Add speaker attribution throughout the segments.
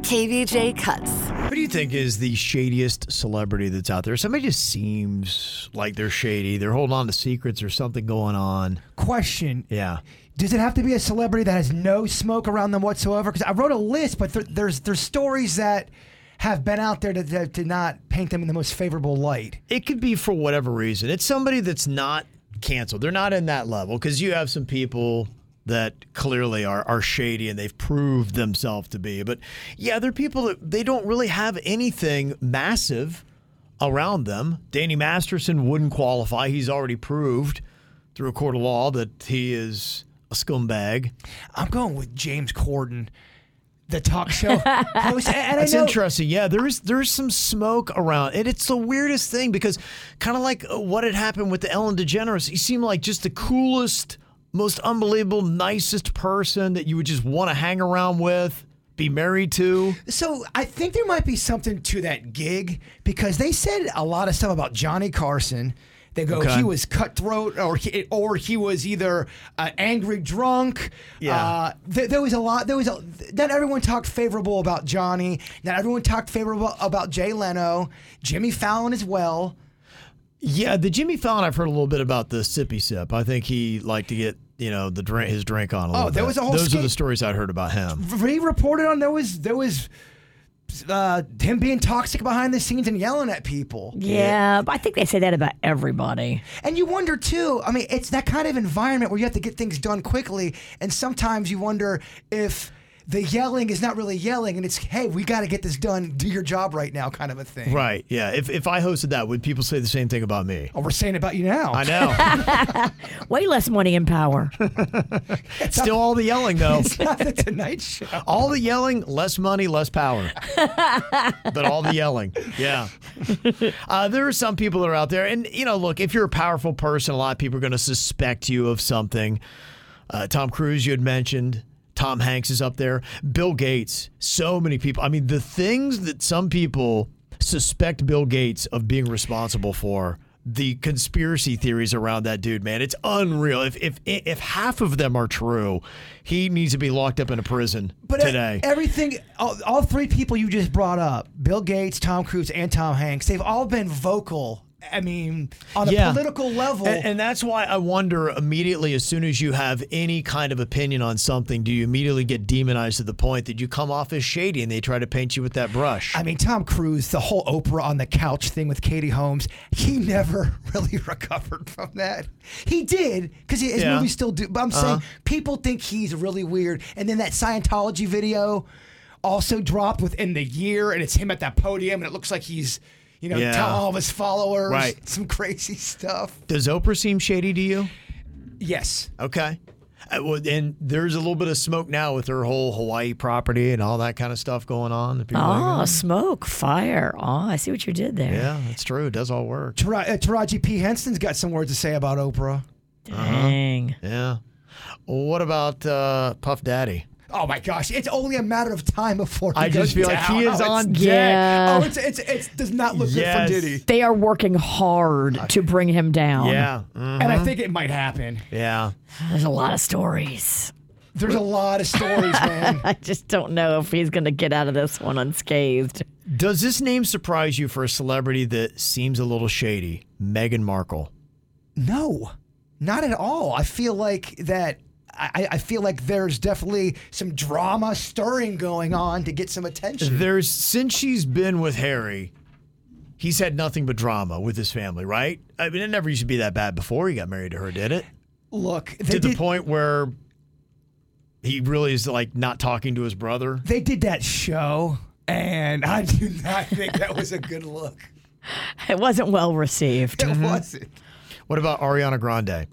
Speaker 1: KVJ cuts.
Speaker 2: Who do you think is the shadiest celebrity that's out there? Somebody just seems like they're shady. They're holding on to secrets or something going on.
Speaker 3: Question
Speaker 2: Yeah.
Speaker 3: Does it have to be a celebrity that has no smoke around them whatsoever? Because I wrote a list, but there, there's there's stories that have been out there to, to, to not paint them in the most favorable light.
Speaker 2: It could be for whatever reason. It's somebody that's not canceled. They're not in that level because you have some people that clearly are, are shady and they've proved themselves to be. But yeah, they're people that they don't really have anything massive around them. Danny Masterson wouldn't qualify. He's already proved through a court of law that he is a scumbag.
Speaker 3: I'm going with James Corden, the talk show host. And, and
Speaker 2: That's
Speaker 3: I know,
Speaker 2: interesting. Yeah, there is there's some smoke around, and it's the weirdest thing because kind of like uh, what had happened with the Ellen DeGeneres, he seemed like just the coolest, most unbelievable, nicest person that you would just want to hang around with, be married to.
Speaker 3: So I think there might be something to that gig because they said a lot of stuff about Johnny Carson. They go,
Speaker 2: Okay.
Speaker 3: he was cutthroat, or he, or he was either uh, angry drunk.
Speaker 2: Yeah.
Speaker 3: Uh, there, there was a lot. There was a, not everyone talked favorable about Johnny. Not everyone talked favorable about Jay Leno, Jimmy Fallon as well.
Speaker 2: Yeah, the Jimmy Fallon, I've heard a little bit about the sippy sip. I think he liked to get you know the drink his drink on Oh, a little.
Speaker 3: there
Speaker 2: bit.
Speaker 3: was a whole
Speaker 2: Those are
Speaker 3: skate-
Speaker 2: the stories I heard about him.
Speaker 3: He reported on there was there was uh, him being toxic behind the scenes and yelling at people.
Speaker 4: Yeah, but I think they say that about everybody.
Speaker 3: And you wonder too. I mean, it's that kind of environment where you have to get things done quickly, and sometimes you wonder if the yelling is not really yelling, and it's hey, we got to get this done. Do your job right now, kind of a thing.
Speaker 2: Right. Yeah. If if I hosted that, would people say the same thing about me?
Speaker 3: Oh, we're saying about you now.
Speaker 2: I know.
Speaker 4: Way less money and power.
Speaker 2: Still all the yelling though.
Speaker 3: It's not the Tonight Show.
Speaker 2: All the yelling, less money, less power. but all the yelling, yeah. Uh, there are some people that are out there, and you know, look, if you're a powerful person, a lot of people are going to suspect you of something. Uh, Tom Cruise, you had mentioned. Tom Hanks is up there. Bill Gates. So many people. I mean, the things that some people suspect Bill Gates of being responsible for. The conspiracy theories around that dude, man, it's unreal. If if if half of them are true, he needs to be locked up in a prison
Speaker 3: But e-
Speaker 2: today.
Speaker 3: everything, all, all three people you just brought up Bill Gates, Tom Cruise, and Tom Hanks they've all been vocal. I mean, on a political level.
Speaker 2: And, and that's why I wonder immediately as soon as you have any kind of opinion on something, do you immediately get demonized to the point that you come off as shady and they try to paint you with that brush?
Speaker 3: I mean, Tom Cruise, the whole Oprah on the couch thing with Katie Holmes, he never really recovered from that. He did because his
Speaker 2: Yeah. Uh-huh.
Speaker 3: movies still do. But I'm saying people think he's really weird. And then that Scientology video also dropped within the year, and it's him at that podium, and it looks like he's, you know,
Speaker 2: Yeah.
Speaker 3: telling all of his followers
Speaker 2: Right.
Speaker 3: some crazy stuff.
Speaker 2: Does Oprah seem shady to you?
Speaker 3: Yes.
Speaker 2: Okay. Uh, well, and there's a little bit of smoke now with her whole Hawaii property and all that kind of stuff going on. that people are
Speaker 4: Oh,
Speaker 2: like, um,
Speaker 4: smoke, fire. Oh, I see what you did there.
Speaker 2: yeah, that's true. It does all work.
Speaker 3: Tara- uh, Taraji P. Henson's got some words to say about Oprah.
Speaker 2: uh-huh.
Speaker 4: Dang.
Speaker 2: Yeah. Well, what about uh, Puff Daddy?
Speaker 3: Oh my gosh, it's only a matter of time before he
Speaker 2: I just
Speaker 3: goes
Speaker 2: feel like
Speaker 3: down.
Speaker 2: he
Speaker 3: Oh,
Speaker 2: is
Speaker 3: it's
Speaker 2: on deck.
Speaker 4: Yeah.
Speaker 3: Oh, it's it's it's does not look
Speaker 2: Yes.
Speaker 3: good for Diddy.
Speaker 4: They are working hard to bring him down.
Speaker 2: Yeah. Mm,
Speaker 3: And I think it might happen.
Speaker 2: yeah.
Speaker 4: There's a lot of stories.
Speaker 3: There's a lot of stories, man.
Speaker 4: I just don't know if he's going to get out of this one unscathed.
Speaker 2: Does this name surprise you for a celebrity that seems a little shady? Meghan Markle.
Speaker 3: No, not at all. I feel like that. I, I feel like there's definitely some drama stirring going on to get some attention.
Speaker 2: There's since she's been with Harry, he's had nothing but drama with his family, right? I mean, it never used to be that bad before he got married to her, did it?
Speaker 3: Look,
Speaker 2: to
Speaker 3: they
Speaker 2: the
Speaker 3: did,
Speaker 2: point where he really is like not talking to his brother.
Speaker 3: they did that show, and I do not think that was a good look.
Speaker 4: It wasn't well received.
Speaker 2: Mm-hmm.
Speaker 3: It wasn't.
Speaker 2: What about Ariana Grande?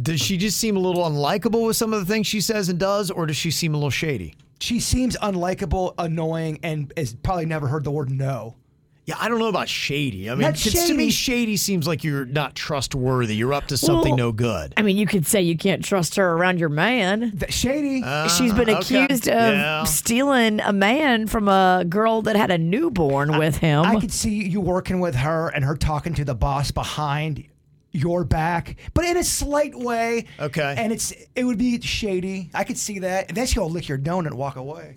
Speaker 2: Does she just seem a little unlikable with some of the things she says and does, or does she seem a little shady?
Speaker 3: She seems unlikable, annoying, and has probably never heard the word no.
Speaker 2: Yeah, I don't know about shady. I mean,
Speaker 3: Not
Speaker 2: 'cause to me,
Speaker 3: shady.
Speaker 2: shady seems like you're not trustworthy. You're up to something
Speaker 4: Well,
Speaker 2: no good.
Speaker 4: I mean, you could say you can't trust her around your man.
Speaker 3: That shady.
Speaker 2: Uh,
Speaker 4: She's been
Speaker 2: okay.
Speaker 4: accused of
Speaker 2: Yeah.
Speaker 4: stealing a man from a girl that had a newborn with him.
Speaker 3: I could see you working with her and her talking to the boss behind your back, but in a slight way.
Speaker 2: Okay.
Speaker 3: And it's it would be shady. I could see that. And then she'll lick your donut and walk away.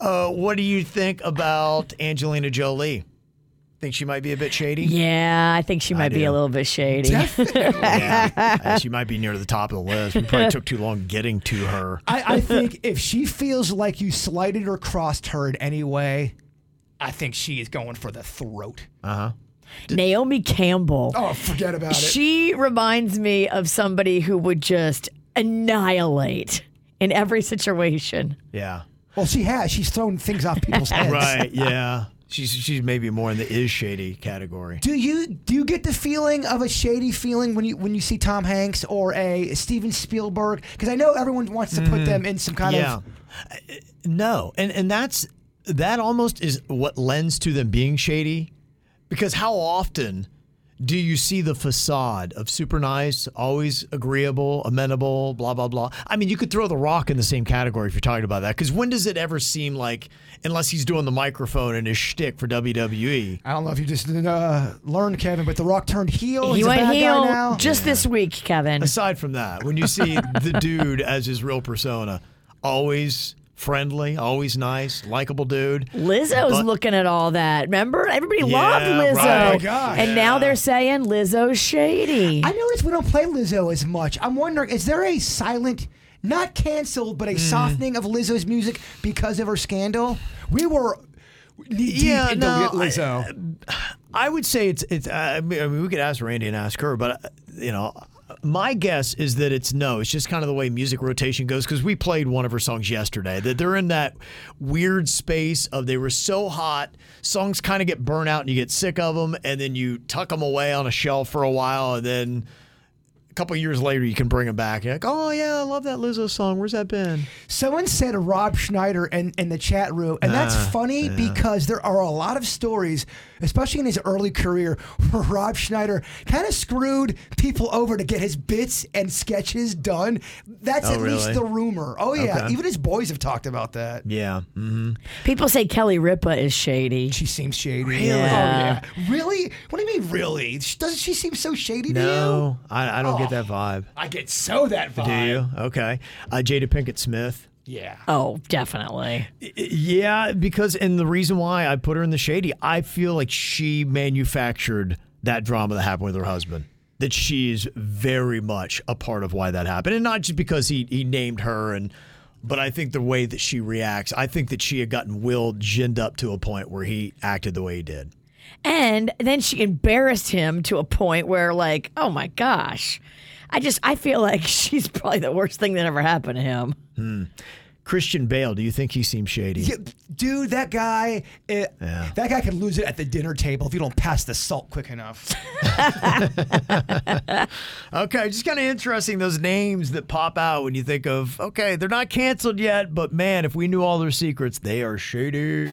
Speaker 2: Uh, what do you think about Angelina Jolie? Think she might be a bit shady?
Speaker 4: Yeah, I think she might be
Speaker 2: do.
Speaker 4: a little bit shady.
Speaker 2: Yeah. she might be near the top of the list. We probably took too long getting to her.
Speaker 3: I, I think if she feels like you slighted or crossed her in any way, I think she is going for the throat.
Speaker 4: Naomi Campbell.
Speaker 3: Oh, forget about it.
Speaker 4: She reminds me of somebody who would just annihilate in every situation.
Speaker 2: Yeah.
Speaker 3: Well, she has. She's thrown things off people's heads.
Speaker 2: Right. Yeah. She's she's maybe more in the is shady category.
Speaker 3: Do you do you get the feeling of a shady feeling when you when you see Tom Hanks or a Steven Spielberg? Because I know everyone wants to put them in some kind
Speaker 2: Hmm. Yeah.
Speaker 3: of
Speaker 2: Uh, No. And and that's that almost is what lends to them being shady because how often do you see the facade of super nice, always agreeable, amenable, blah blah blah? I mean, you could throw the rock in the same category if you're talking about that. Because when does it ever seem like, unless he's doing the microphone and his shtick for E, WWE,
Speaker 3: I don't know if you just uh, learned, Kevin, but The Rock turned heel.
Speaker 4: he
Speaker 3: Oh, He's a
Speaker 4: went
Speaker 3: bad
Speaker 4: heel
Speaker 3: guy now.
Speaker 4: just this week, Kevin.
Speaker 2: aside from that, when you see the dude as his real persona, always friendly, always nice, likable dude.
Speaker 4: Lizzo's
Speaker 2: But-
Speaker 4: looking at all that. Remember? Everybody
Speaker 2: Yeah,
Speaker 4: loved Lizzo.
Speaker 2: right. Oh my
Speaker 3: gosh.
Speaker 4: And now they're saying Lizzo's shady.
Speaker 3: I notice we don't play Lizzo as much. I'm wondering, is there a silent, not canceled,
Speaker 2: Hmm.
Speaker 3: but a softening of Lizzo's music because of her scandal? We were knee deep
Speaker 2: Yeah,
Speaker 3: into
Speaker 2: no,
Speaker 3: Lizzo.
Speaker 2: I would say it's it's. uh, I mean, I mean, we could ask Randy and ask her, but uh, you know, my guess is that it's no. It's just kind of the way music rotation goes because we played one of her songs yesterday. That they're in that weird space of they were so hot, songs kind of get burnt out and you get sick of them, and then you tuck them away on a shelf for a while, and then. A couple years later, you can bring them back. You're like, oh yeah, I love that Lizzo song. Where's that been?
Speaker 3: Someone said Rob Schneider in, in the chat room, and that's
Speaker 2: Ah,
Speaker 3: funny because there are a lot of stories, especially in his early career, where Rob Schneider kind of screwed people over to get his bits and sketches done. That's
Speaker 2: Oh,
Speaker 3: at least
Speaker 2: really?
Speaker 3: the rumor. Oh, yeah.
Speaker 2: Okay.
Speaker 3: Even his boys have talked about that.
Speaker 2: Yeah.
Speaker 4: People say Kelly Ripa is shady.
Speaker 3: She seems shady. Really?
Speaker 4: Yeah.
Speaker 3: Oh, yeah. Really? What do you mean, really? Sh- Doesn't she seem so shady to you?
Speaker 2: No, I, I don't get that vibe.
Speaker 3: I get so that vibe.
Speaker 2: Do you? Okay. Uh, Jada Pinkett Smith.
Speaker 3: Yeah.
Speaker 4: Oh, definitely.
Speaker 2: Yeah, because and the reason why I put her in the shady, I feel like she manufactured that drama that happened with her husband. That she is very much a part of why that happened, and not just because he he named her and. But I think the way that she reacts, I think that she had gotten Will ginned up to a point where he acted the way he did.
Speaker 4: And then she embarrassed him to a point where, like, oh my gosh. I just, I feel like she's probably the worst thing that ever happened to him.
Speaker 2: Christian Bale, do you think he seems shady?
Speaker 3: Yeah, Dude, that guy, eh, that guy could lose it at the dinner table if you don't pass the salt quick enough.
Speaker 2: Okay, just kind of interesting those names that pop out when you think of, okay, they're not canceled yet, but man, if we knew all their secrets, they are shady.